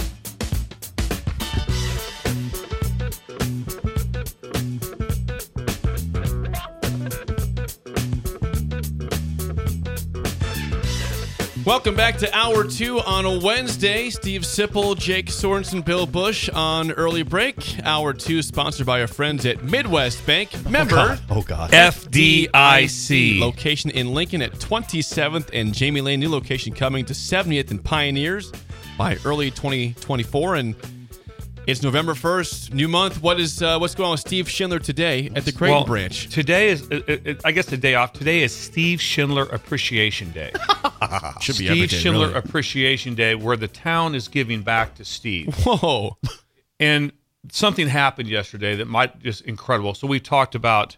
Welcome back to hour two on a Wednesday. Steve Sipple, Jake Sorensen, Bill Bush on early break. Hour two sponsored by our friends at Midwest Bank. Member Oh God. FDIC. location in Lincoln at 27th and Jamie Lane. New location coming to 70th and Pioneers by early 2024. And it's November 1st, new month. What is uh, what's going on with Steve Schindler today at the Creighton branch? Today is, uh, uh, I guess, the day off. Today is Steve Schindler Appreciation Day. Should Steve every day, Schindler really. Appreciation Day, where the town is giving back to Steve. Whoa. and something happened yesterday that might just incredible. So we talked about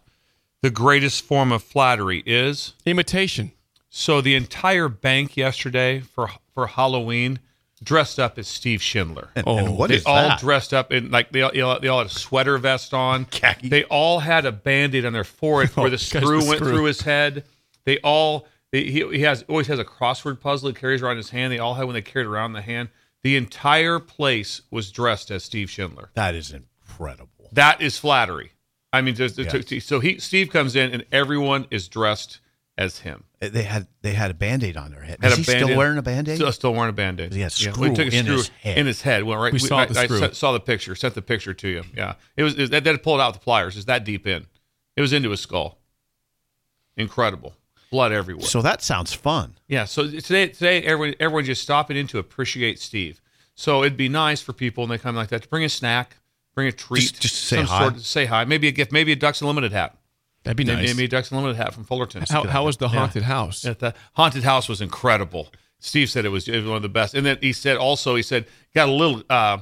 the greatest form of flattery is. Imitation. So the entire bank yesterday for for Halloween dressed up as Steve Schindler. And, Oh, and what they is all that? dressed up in like they all, you know, they all had a sweater vest on. Khaki. Oh, They all had a band-aid on their forehead where the because the screw went screw. through his head. They all they, he, he has always has a crossword puzzle he carries around his hand. They all had when they carried around in the hand. The entire place was dressed as Steve Schindler. that is incredible. That is flattery. I mean, just, so he Steve comes in and everyone is dressed as him. They had they had a band-aid on their head. Had is a he still Band-Aid. wearing a band-aid? Still, still wearing a band-aid. He had a we screw took a in screw his head. in his head. Went right. We saw I, the I screw. sa- saw the picture. Sent the picture to you. Yeah, it was it, that that pulled out with the pliers. Is that deep in? It was into his skull. Incredible, blood everywhere. so that sounds fun. yeah. So today, today everyone everyone just stopping in to appreciate Steve. So it'd be nice for people when they come like that to bring a snack, bring a treat, Just- just say some hi. Sort of, say hi. Maybe a gift. Maybe a Ducks Unlimited hat. That'd be nice. Maybe a Ducks Unlimited hat from Fullerton. How, how was the haunted house? At the haunted house was incredible. Steve said it was, it was one of the best. And then he said also he said got a little uh,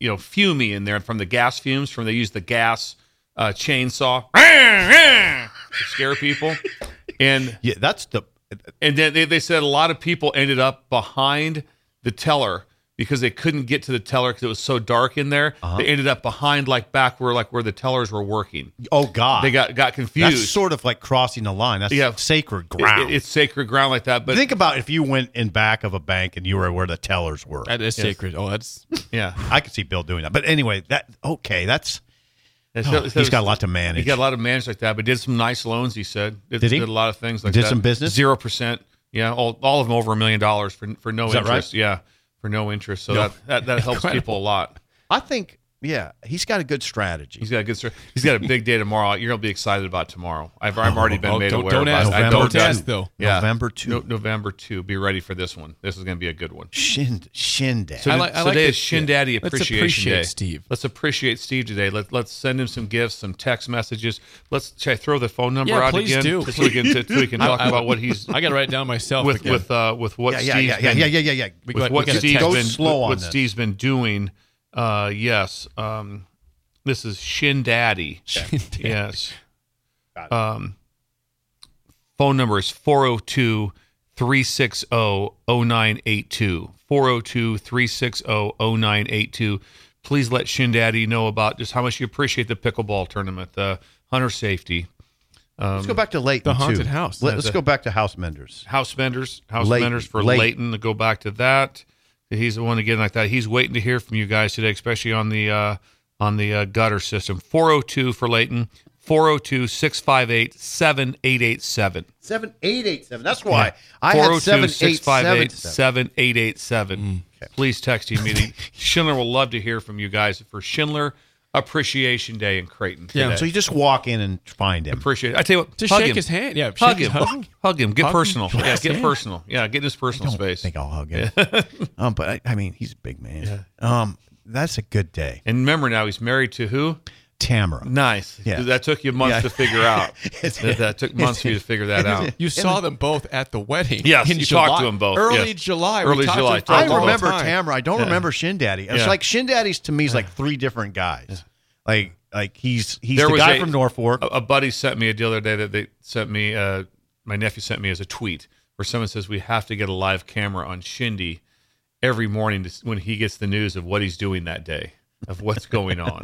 you know fumey in there from the gas fumes from they used the gas uh, chainsaw to scare people. And Yeah, that's the and then they, they said a lot of people ended up behind the teller because they couldn't get to the teller because it was so dark in there. Uh-huh. They ended up behind like back where like where the tellers were working. oh God. They got got that's confused. sort of like crossing the line. That's Yeah. sacred It- ground. it- it's sacred ground like that, but Think about if you went in back of a bank and you were where the tellers were. That is sacred. Oh, that's yeah. I could see Bill doing that. But anyway, that okay, that's He's Oh, he's got a lot to manage. He got a lot of manage like that, but did some nice loans. He said did, Did he? a lot of things like Did that. some business? zero percent. Yeah, all, all of them over a million dollars for for no that interest. Yeah, for no interest. So No. that, that that helps people a lot. I think yeah, he's got a good strategy. He's got a good. start. He's got a big day tomorrow. You're gonna be excited about tomorrow. I've I've already been Oh, made don't- aware. don't about ask. it. I Don't don't ask, though. Yeah. November two. No- November two. Be ready for this one. This is gonna be a good one. Shind Shinday. So, I I like- I like today that- is Shin Daddy yeah. Let's Appreciation appreciate Day. Steve. Let's appreciate Steve today. Let, let's send him some gifts, some text messages. Let's should I throw the phone number Yeah, out please again do. so we can, so we can talk I- I- about what he's I got to write it down myself. with again. with uh, with what yeah, Steve's yeah, yeah, yeah, been, yeah, yeah, yeah, yeah. We with got- what we got a Steve's text. Go been slow what on this. Steve's been doing. Uh, yes, um, this is Shin Daddy. Yes. Um, phone number is 402 360 0982. 402 360 0982. Please let Shin Daddy know about just how much you appreciate the pickleball tournament, the hunter safety, Let's go back to Leighton. um, The haunted too. house. Let, us go back to house menders. house vendors, house Leighton. vendors for Leighton. Leighton. to go back to that. He's the one again like that. He's waiting to hear from you guys today, especially on the uh, on the uh, gutter system. Four hundred oh two for Leighton, 402 658 7887. 7887. That's why I oh had 402 658 7877. Mm. 7887. Mm. Please text you meeting. Schindler will love to hear from you guys for Schindler Appreciation Day in Creighton. Yeah. today. So you just walk in and find him. appreciate it. I tell you what, Just hug shake him. his hand. Yeah, shake hug his him. hug. Hug, hug him. Get Hug him. personal. Yeah, Yes, get yeah. personal. Yeah, get in his personal I don't space. think I'll hug him. um, but I, I mean, he's a big man. Um, that's a good day, And remember now, he's married to who? Tamara. Nice. Yeah. That took you months Yeah. to figure out. It's- that, that took months for you to figure that out. You saw them both at the wedding. Yes, in you July. talked to them both, Early yes. July. Early we talked July. To them I for a long remember time. Tamara. I don't remember Shin Daddy. It's Yeah. like Shin Daddy's to me is like three different guys. Like like he's he's There the was guy a- Oh, from Norfolk. A, a buddy sent me the other day that they sent me. Uh, my nephew sent me as a tweet where someone says we have to get a live camera on Shindy every morning to, s- when he gets the news of what he's doing that day, of what's going on.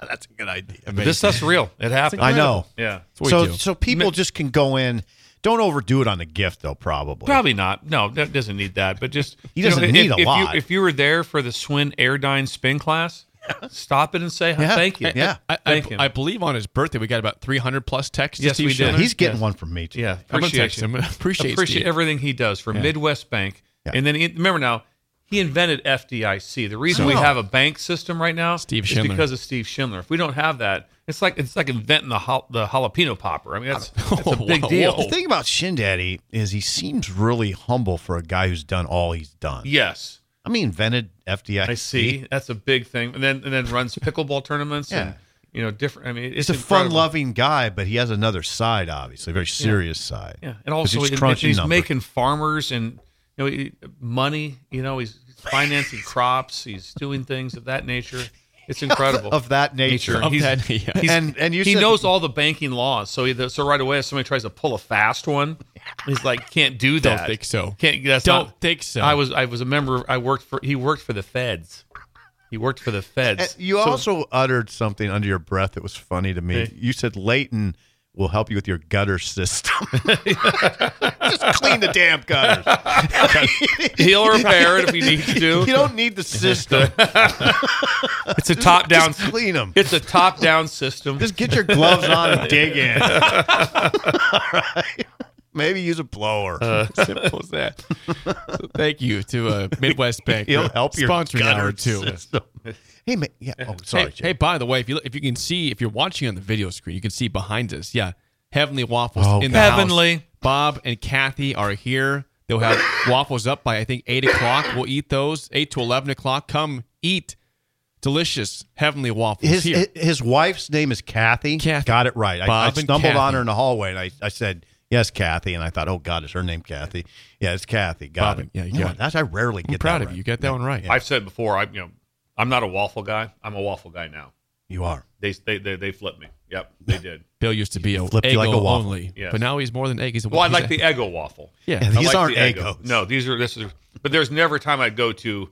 that's a good idea. But this stuff's real. It happened. I know. Yeah. we So do. so people just can go in. Don't overdo it on the gift though. Probably. Probably not. No, that doesn't need that. But just He doesn't if- need a if lot. You, if you were there for the Swin Airdyne spin class, stop it and say Yeah. thank you. Yeah. I, I, Thank him. I believe on his birthday we got about 300 plus texts. to Yes, Steve we did. Schindler. He's getting one from me. Too. Yeah, I'm gonna text appreciation. him. Appreciate Steve. everything he does for Midwest Bank. Yeah. And then he, remember now, he invented FDIC. The reason we Oh. have a bank system right now Steve is Schindler. because of Steve Schindler. If we don't have that, it's like it's like inventing the jal- the jalapeno popper. I mean, that's, that's a big Whoa. deal. The thing about Shin Daddy is he seems really humble for a guy who's done all he's done. Yes, I mean, invented FDIC. I see. That's a big thing. And then and then runs pickleball tournaments. And, Yeah. you know, different. I mean, it's, He's a incredible. fun-loving guy, but he has another side, obviously, a very serious side. Yeah, and 'Cause also he's he- crunching he's numbers. making farmers and you know he- money. You know, he's financing crops. He's doing things of that nature. It's incredible of that nature. And Of he's- that- yeah. he's- And- and you he said- knows all the banking laws. So he, so right away, if somebody tries to pull a fast one, he's like, "Can't do that. Don't think so. Can't. That's Don't not- think so. I was I was a member. Of, I worked for. He worked for the feds. He worked for the And feds. you also uttered something under your breath that was funny to me. You said Leighton will help you with your gutter system. Just clean the damn gutters. He'll repair it if he needs You to. don't need the system. It's a top down. Just clean them. It's a top down system. Just get your gloves on and dig in. All right. Maybe use a blower. Uh, Simple as that. So thank you to uh, Midwest Bank. He'll uh, help your sponsoring gutter hour too. system. Hey, ma- yeah. Oh, sorry. Hey, Jay. hey, by the way, if you if you can see if you're watching on the video screen, you can see behind us. Yeah, Heavenly Waffles Oh, in the Heavenly. house. Bob and Kathy are here. They'll have waffles up by I think eight o'clock. We'll eat those eight to eleven o'clock. Come eat delicious Heavenly waffles his here. his wife's name is Kathy. Kathy. Got it right. I, I Bob and stumbled on Kathy. her in the hallway and I, I said, Yes, Kathy. And I thought, Oh God, is her name Kathy? Yeah, it's Kathy. Got Bob it. and- yeah, you No, got it. that's- I rarely get I'm proud that of right. you. You got that one right. I've said before, I you know, I'm not a waffle guy. I'm a waffle guy now. You are. They they they, they flipped me. Yep, they did. Bill used to be a flipped you like Eggo a waffle. only, Yes. but now he's more than egg. He's a Well, I he's like a- the Eggo waffle. yeah. Yeah, I these like aren't the egos. No, these are this is. But there's never a time I'd go to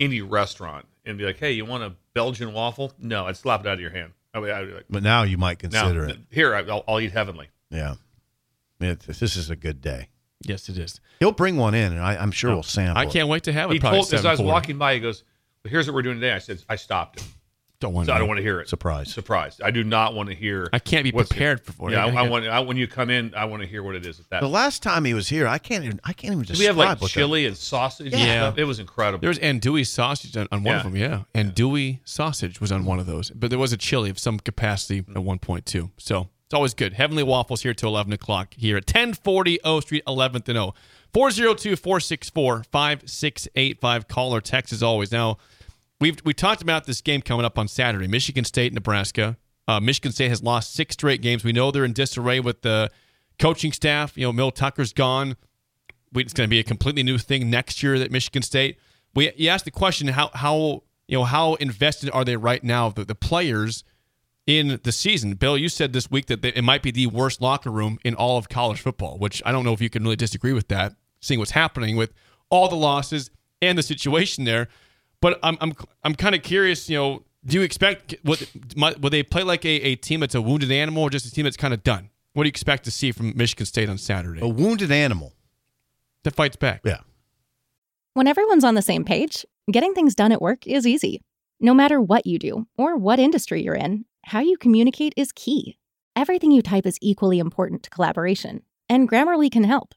any restaurant and be like, "Hey, you want a Belgian waffle?" No, I'd slap it out of your hand. I would, I would be like, But now you might "No, consider it. here I- I'll, I'll eat heavenly." Yeah. Yeah, this- this is a good day. Yes, it is. He'll bring one in and I, I'm sure we'll sample. I can't wait to have it. He probably told as I was 7:40. walking by, he goes, well, "Here's what we're doing today." I said, "I stopped him, Don't want. so I don't want to hear it." Surprise. surprise! I do not want to hear. I can't be what's- prepared for it. Yeah, I I, I get- want. I, when you come in, I want to hear what it is. At that The last time he was here, I can't even I can't even Did describe we have like what the- chili and sausage. and Yeah. stuff? it was incredible. There was andouille sausage on, on one of Yeah. them, yeah. Andouille sausage was on one of those, but there was a chili of some capacity Mm. at one point too. So it's always good. Heavenly Waffles here till eleven o'clock here at ten forty O Street, eleventh and O. 402-464-5685. Call or text as always. Now we've we talked about this game coming up on Saturday, Michigan State, Nebraska. Uh, Michigan State has lost six straight games. We know they're in disarray with the coaching staff. You know, Mill Tucker's gone we, it's going to be a completely new thing next year at Michigan State. We you asked the question how how you know how invested are they right now the, the players in the season? Bill, you said this week that they, it might be the worst locker room in all of college football, which I don't know if you can really disagree with that, seeing what's happening with all the losses and the situation there. But I'm I'm I'm kind of curious, you know, do you expect what might- will they play like a, a team that's a wounded animal or just a team that's kind of done? What do you expect to see from Michigan State on Saturday? a wounded animal. That fights back. Oh. Yeah. When everyone's on the same page, getting things done at work is easy. No matter what you do or what industry you're in, How you communicate is key. Everything you type is equally important to collaboration, and Grammarly can help.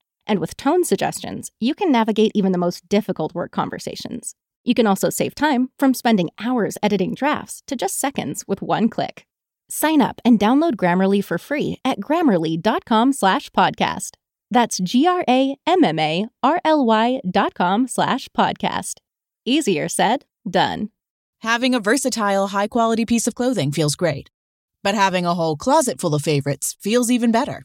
And with tone suggestions, you can navigate even the most difficult work conversations. You can also save time from spending hours editing drafts to just seconds with one click. Sign up and download Grammarly for free at grammarly.com slash podcast. That's G R A M M A R L Y dot com slash podcast. Easier said, done. Having a versatile, high quality piece of clothing feels great, but having a whole closet full of favorites feels even better.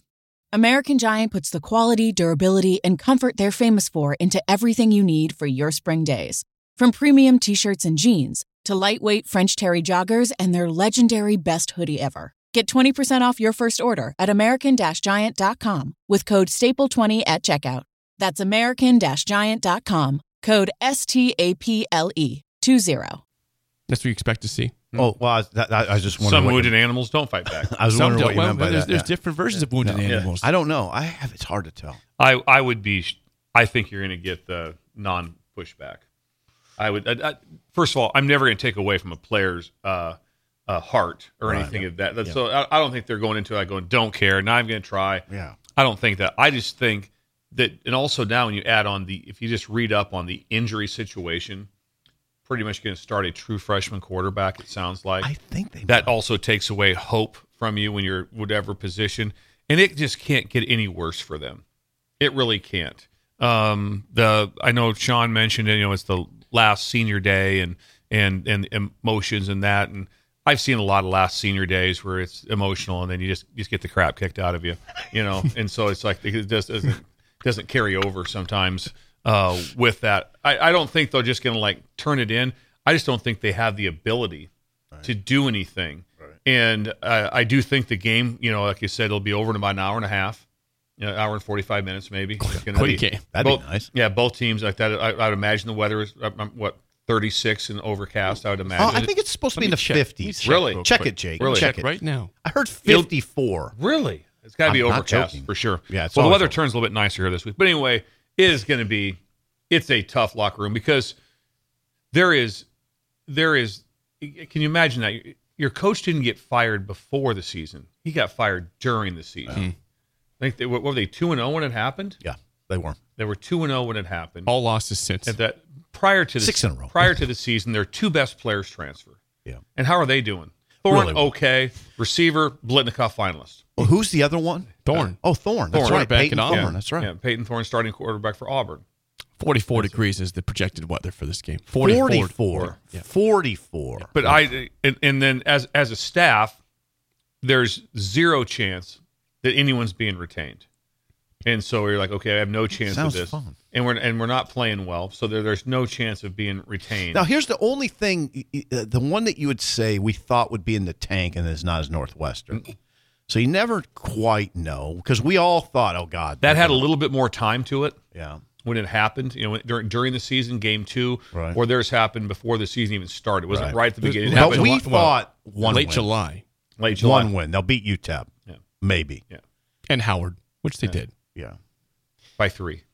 American Giant puts the quality, durability, and comfort they're famous for into everything you need for your spring days. From premium t shirts and jeans to lightweight French Terry joggers and their legendary best hoodie ever. Get 20% off your first order at American Giant.com with code STAPLE20 at checkout. That's American Giant.com, code S T A P L E 20. That's what you expect to see. Oh, well, I, was- that, I, I was just wondering. Some what wounded you, animals don't fight back. I was Some wondering what don't. you Well, meant by there's- that. there's yeah. different versions of wounded animals. I don't know. I have. It's hard to tell. I I would be. I think you're going to get the non pushback. I would. I, I, first of all, I'm never going to take away from a player's uh, uh, heart or Right. anything of that. That's- So I, I don't think they're going into it like going, don't care. Now I'm going to try. Yeah. I don't think that. I just think that, and also now when you add on the, if you just read up on the injury situation, pretty much going to start a true freshman quarterback. It sounds like I think they. that also takes away hope from you when you're whatever position and it just can't get any worse for them it really can't um the i know sean mentioned you know it's the last senior day and and and emotions and that and i've seen a lot of last senior days where it's emotional and then you just you just get the crap kicked out of you you know and so it's like it just doesn't doesn't carry over sometimes uh with that i i don't think they're just gonna like turn it in i just don't think they have the ability to do anything. And uh, I do think the game, you know, like you said, it'll be over in about an hour and a half, you know, hour and forty five minutes maybe. It's gonna Quick game. That'd be both- nice. Yeah, both teams like that. I, I'd imagine the weather is uh, um, what thirty six and overcast. I would Oh, imagine. I think it's supposed to Let be in me the check. Let me fifties. check Really? real Check quick. it, Jake. Really? Check Check it right now. I heard fifty-four. really, it's got to be I'm not overcast joking. for sure. Yeah, it's well, the always weather over. turns a little bit nicer here this week, but anyway, it is going to be. It's a tough locker room because there is there is can you imagine that your coach didn't get fired before the season he got fired during the season i think they what were they 2 and 0 when it happened Yeah, they were. they were 2 and 0 when it happened All losses since. at that prior to the Six in a row. prior to the season their two best players transfer Yeah. and how are they doing Thorne, Really well. okay receiver blitnikoff finalist Well, who's the other one? Thorn. Oh, Thorne. That's Thorne. right. Back it Peyton up. Thorne. Yeah. That's right. yeah peyton Thorne starting quarterback for auburn 44 degrees is the projected weather for this game. 44. 44. 44. But I and, and then as as a staff, there's zero chance that anyone's being retained, and so you're like, okay, I have no chance Sounds of this, fun. and we're and we're not playing well, so there, there's no chance of being retained. Now, here's the only thing uh, the one that you would say we thought would be in the tank and is not as Northwestern. So you never quite know because we all thought, oh, God. that had a little bit more time to it Yeah. when it happened, you know, during during the season, game two, Right. or theirs happened before the season even started. It wasn't right, at the beginning. It But happened we li- thought one Late win. July. late July. One win. They'll beat UTEP. Yeah. Maybe. And Howard, which they did. Yeah. by three.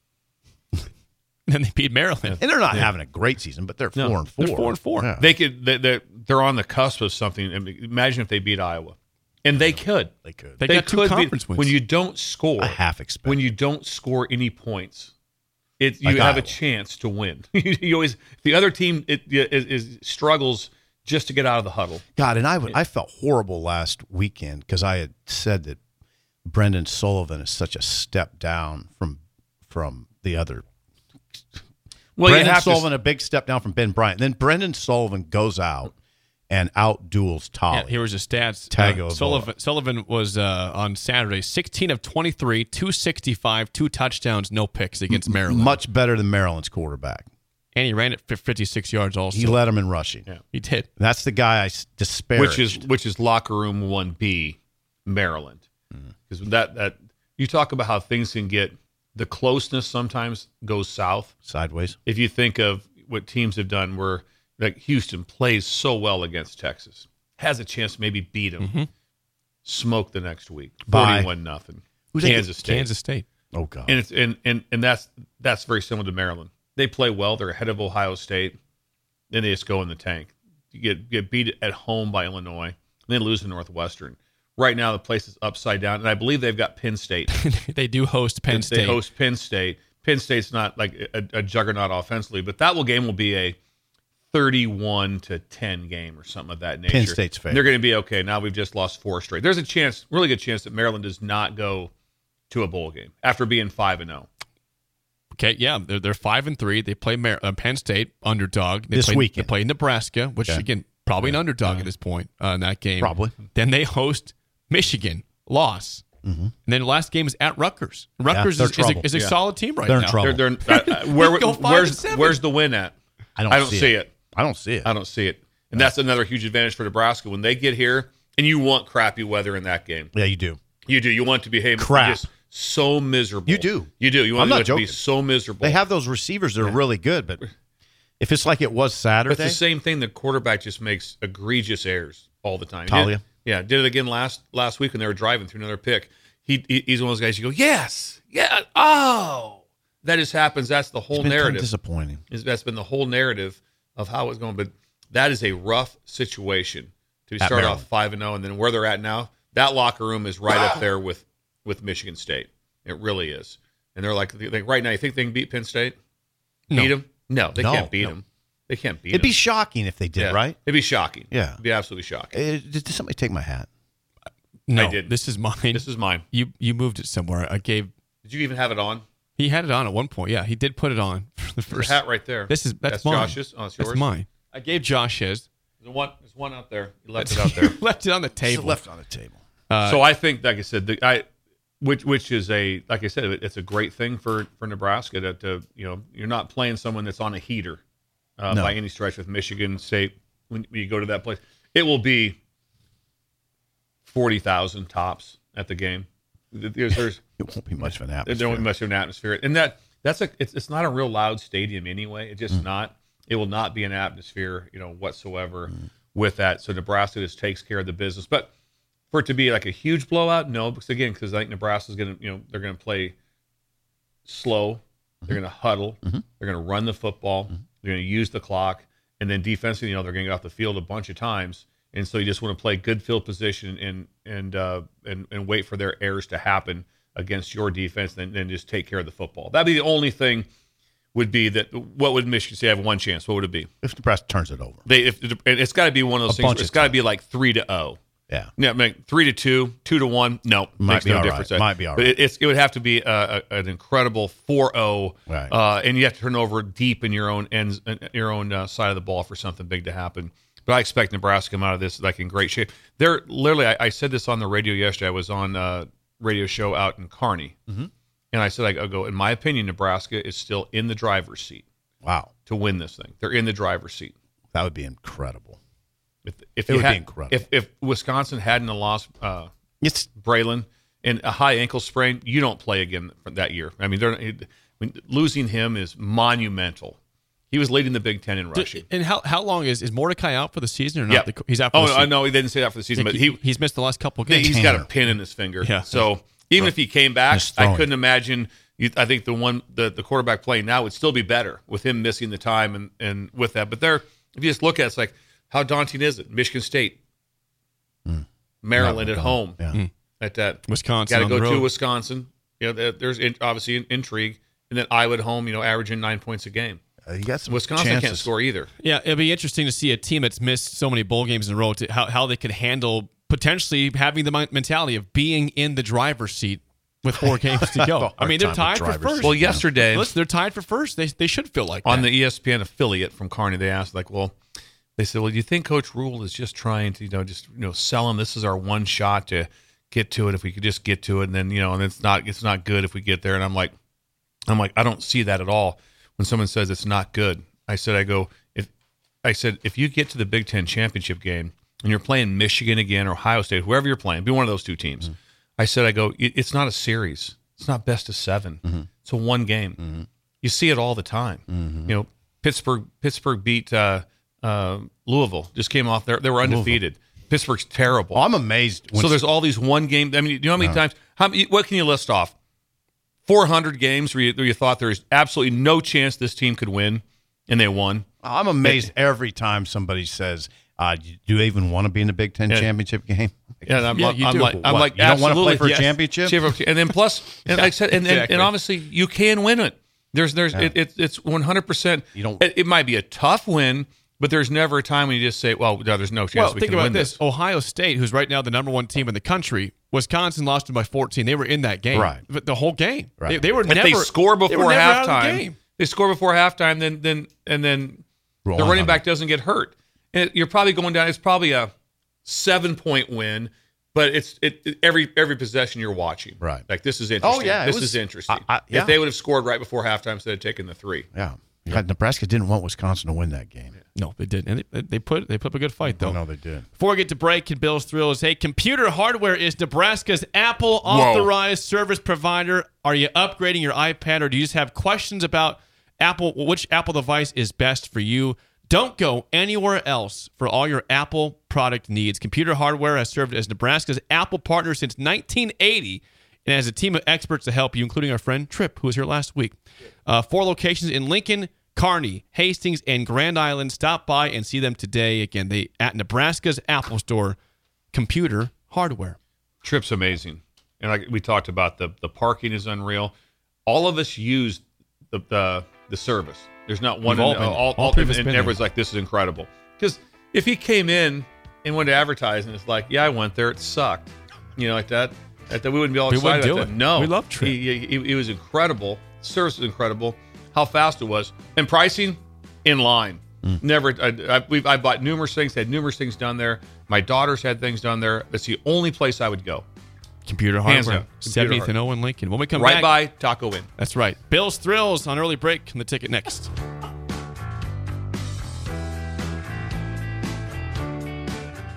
And then they beat Maryland. And they're not having a great season, but they're No, four and 4 they're four and four. Yeah. They, They could they, they're, they're on the cusp of something. I mean, Imagine if they beat Iowa, and they could. could. They, got two could be- conference wins. When you don't score, I half expect. when you don't score any points, it you Like have Iowa. a chance to win. you, you always the other team it, is, is struggles just to get out of the huddle. God, and I would, I felt horrible last weekend because I had said that Brendan Sullivan is such a step down from from the other. Well, you Brendan have to- Sullivan a big step down from Ben Bryant. Then Brendan Sullivan goes out and out duels Tolly. Yeah, here was the stats. uh, Tagovailoa. Sullivan, Sullivan was uh, on Saturday 16 of 23, 265, two touchdowns, no picks against Maryland. Much better than Maryland's quarterback. and he ran it for 56 yards also. He led him in rushing. He did. That's the guy I s- disparaged. which is which is locker room one B, Maryland. Mm. because that that you talk about how things can get the closeness sometimes goes south sideways. If you think of what teams have done, where like Houston plays so well against Texas, has a chance to maybe beat them, Mm-hmm. smoke the next week, By- forty-one nothing. Who's that? Kansas State. Kansas State. Oh god. And it's and, and and that's that's very similar to Maryland. They play well. They're ahead of Ohio State. Then they just go in the tank. You get get beat at home by Illinois. And they lose to Northwestern. Right now the place is upside down, and I believe they've got Penn State. they do host Penn State. They host Penn State. Penn State's not like a, a juggernaut offensively, but that will game will be a thirty-one to ten game or something of that nature. State's favorite. And They're going to be okay. Now we've just lost four straight. There's a chance, really good chance, that Maryland does not go to a bowl game after being five and oh. zero. Okay, yeah, they're, they're five and three. They play Mar- uh, Penn State underdog they This play, weekend. They play Nebraska, which Okay. again probably an underdog at this point uh, in that game. Probably. Then they host Michigan, loss, and then last game is at Rutgers. Mm-hmm. Yeah, Rutgers they're is, is a, trouble. is a Yeah. solid team right They're in now. trouble. They're, they're, uh, uh, where, Oh. Go five and where's seven. where's the win at? I don't see see, it. it. I don't see it. I don't see it. And that's another huge advantage for Nebraska when they get here. And you want crappy weather in that game. Yeah, you do. You do. You want it to behave Crap. just so miserable. You do. You do. You want I'm not it to be joking. so miserable. They have those receivers that are really good, but if it's like it was But it's Saturday, the same thing. The quarterback just makes egregious errors all the time. He Talia. did- yeah, did it again last last week when they were driving through another pick. He, he- he's one of those guys. You go, yes, yeah, oh, that just happens. That's the it's whole been kinda narrative. disappointing. is that's been the whole narrative of how it's going. But that is a rough situation to At start Maryland. off five and zero, and then where they're at now. That locker room is right up there with with Michigan State. It really is, and they're like, they- like right now. You think they can beat Penn State? No. Beat them? No, they No, can't beat no. them. They can't beat. It'd be them. shocking if they did, Yeah. right? It'd be shocking. Yeah. It'd be absolutely shocking. Eh, did did somebody take my hat? No, I didn't. this is mine. This is mine. you. You moved it somewhere. I gave. Did you even have it on? He had it on at one point. Yeah, he did put it on for the There's first a hat right there. This is that's, that's mine. Josh's. Oh, it's yours. That's mine. I gave Josh his. There's one. There's one out there. You left it out there. left it on the table. left on the table. so I think, like I said, the, I which which is a like I said, it- it's a great thing for for Nebraska to, to you know you're not playing someone that's on a heater uh, No. by any stretch with Michigan State when you go to that place. It will be forty thousand tops at the game. There's, there's It won't be much of an there atmosphere. don't be much of an atmosphere, and that that's a it's, it's not a real loud stadium anyway. It's just not. It will not be an atmosphere, you know, whatsoever with that. So Nebraska just takes care of the business. But for it to be like a huge blowout, no, because again, because I think Nebraska's going to, you know, they're going to play slow. Mm-hmm. They're going to huddle. They're going to run the football. They're going to use the clock, and then defensively, you know, they're going to get off the field a bunch of times. And so you just want to play good field position and and uh, and and wait for their errors to happen against your defense, and then just take care of the football. That'd be the only thing. Would be that what would Michigan State have one chance? What would it be? if Nebraska turns it over. They if and it's got to be one of A those things. bunch It's of got to be like three to oh. zero. Yeah. Yeah, I mean, three to two, two to one. No, Might makes be no all right. difference. Might be all But right. it- it's, it would have to be uh, a, an incredible 4-0, Right. uh, and you have to turn over deep in your own ends, in your own uh, side of the ball for something big to happen. But I expect Nebraska to come out of this like in great shape. They're literally. I, I said this on the radio yesterday. I was on a radio show out in Kearney, Mm-hmm. and I said, I go. In my opinion, Nebraska is still in the driver's seat Wow. to win this thing. They're in the driver's seat. That would be incredible. If if It you would be had- incredible. If if Wisconsin hadn't lost. Uh, It's Braylon and a high ankle sprain, you don't play again that year. I mean, they're it, when, losing him is monumental. He was leading the Big Ten in D- rushing. And how how long is is Mordecai out for the season or not? Yeah. The- he's out. For Oh the no, season. no, he didn't say that for the season, but He- he he's missed the last couple of games. he's got a Tanner. pin in his finger. Yeah. So even if he came back, Just throw I it. couldn't imagine. You, I think the one the, the quarterback playing now would still be better with him missing the time and and with that. But there, if you just look at it, it's like how daunting is it? Michigan State, Maryland at home Yeah. at that Wisconsin Got to on the go to road. Wisconsin. You know, there- there's in, obviously an intrigue, and then Iowa at home. You know, averaging nine points a game. Uh, you got some Wisconsin can't chances. score either. Yeah, it'd be interesting to see a team that's missed so many bowl games in a row to how, how they could handle potentially having the mi- mentality of being in the driver's seat with four games to The go. I hard mean, they're time tied with for driver's first. seat. Well, yesterday- listen, they're tied for first. They they should feel like on that. the E ESPN affiliate from Carney, they asked like, well, they said, well, do you think Coach Rule is just trying to, you know, just you know, sell him? This is our one shot to get to it. If we could just get to it, and then you know, and it's not, it's not good if we get there. And I'm like, I'm like, I don't see that at all. When someone says it's not good, I said, I go, if I said, if you get to the Big Ten championship game and you're playing Michigan again, or Ohio State, whoever you're playing, be one of those two teams. I said, I go, "It- it's not a series. It's not best of 7 It's a one game. You see it all the time. You know, Pittsburgh Pittsburgh beat uh, uh, Louisville. Just came off there. They were undefeated. Pittsburgh's terrible. I'm amazed. when- so there's all these one game. I mean, do you know how many Uh-huh. times? How many- what can you list off? 400 games where you, where you thought there's absolutely no chance this team could win, and they won. I'm amazed every time somebody says, uh, "Do you even want to be in the Big Ten Yeah. championship game?" Yeah, and I'm, Yeah, like, you I'm do. like, I'm What, like, you don't wanna play absolutely, for a yes. championship? Championship. and then plus, and like I said, and, and, Exactly. and obviously, you can win it. There's, there's, Yeah. it, it, it's 100. percent You don't- It, it might be a tough win, but there's never a time when you just say, "Well, no, there's no chance Well, we think can about win this. this." Ohio State, who's right now the number one team in the country, Wisconsin lost them by 14. They were in that game, Right. But the whole game, Right. They, they were If never. they score they before were never out of the halftime, game. they score before halftime, then then and then Roll the on running them. back doesn't get hurt, and it, you're probably going down. It's probably a seven point win, but it's it, it- every every possession you're watching. Right. like this is Oh, interesting. yeah, it this was- is interesting. I- I- yeah. If they would have scored right before halftime instead of taking the three, Yeah. God, Nebraska didn't want Wisconsin to win that game. Oh, No, they didn't. And they, they put they put up a good fight though. No, they did. Before we get to break and Bill's thrills, hey, computer hardware is Nebraska's Apple Whoa. authorized service provider. Are you upgrading your iPad or do you just have questions about Apple, which Apple device is best for you? Don't go anywhere else for all your Apple product needs. Computer hardware has served as Nebraska's Apple partner since 1980 and has a team of experts to help you, including our friend Tripp, who was here last week. Uh, four locations in Lincoln, Kearney, Hastings, and Grand Island. Stop by and see them today. Again, they at Nebraska's Apple Store, computer hardware. trip's amazing. And like we talked about, the the parking is unreal. All of us use the the, the service. There's not one. We've all and- been there. all, All all- three of us and been there. everyone's like, "This is incredible." Because if he came in and went to advertise and it's like, "Yeah, I went there. It sucked," you know, like that. That, that we wouldn't be all We excited. wouldn't do about that. it. No, We love Trip. He, he, he was incredible. Service was incredible. How fast it was and pricing in line. Mm. Never, I, I, we've, I bought numerous things. Had numerous things done there. My daughters had things done there. That's the only place I would go. Computer Hands hardware. down. Computer 70th and Owen oh Lincoln. When we come right back, by Taco Inn. that's right. Bill's Thrills on early break on the ticket next.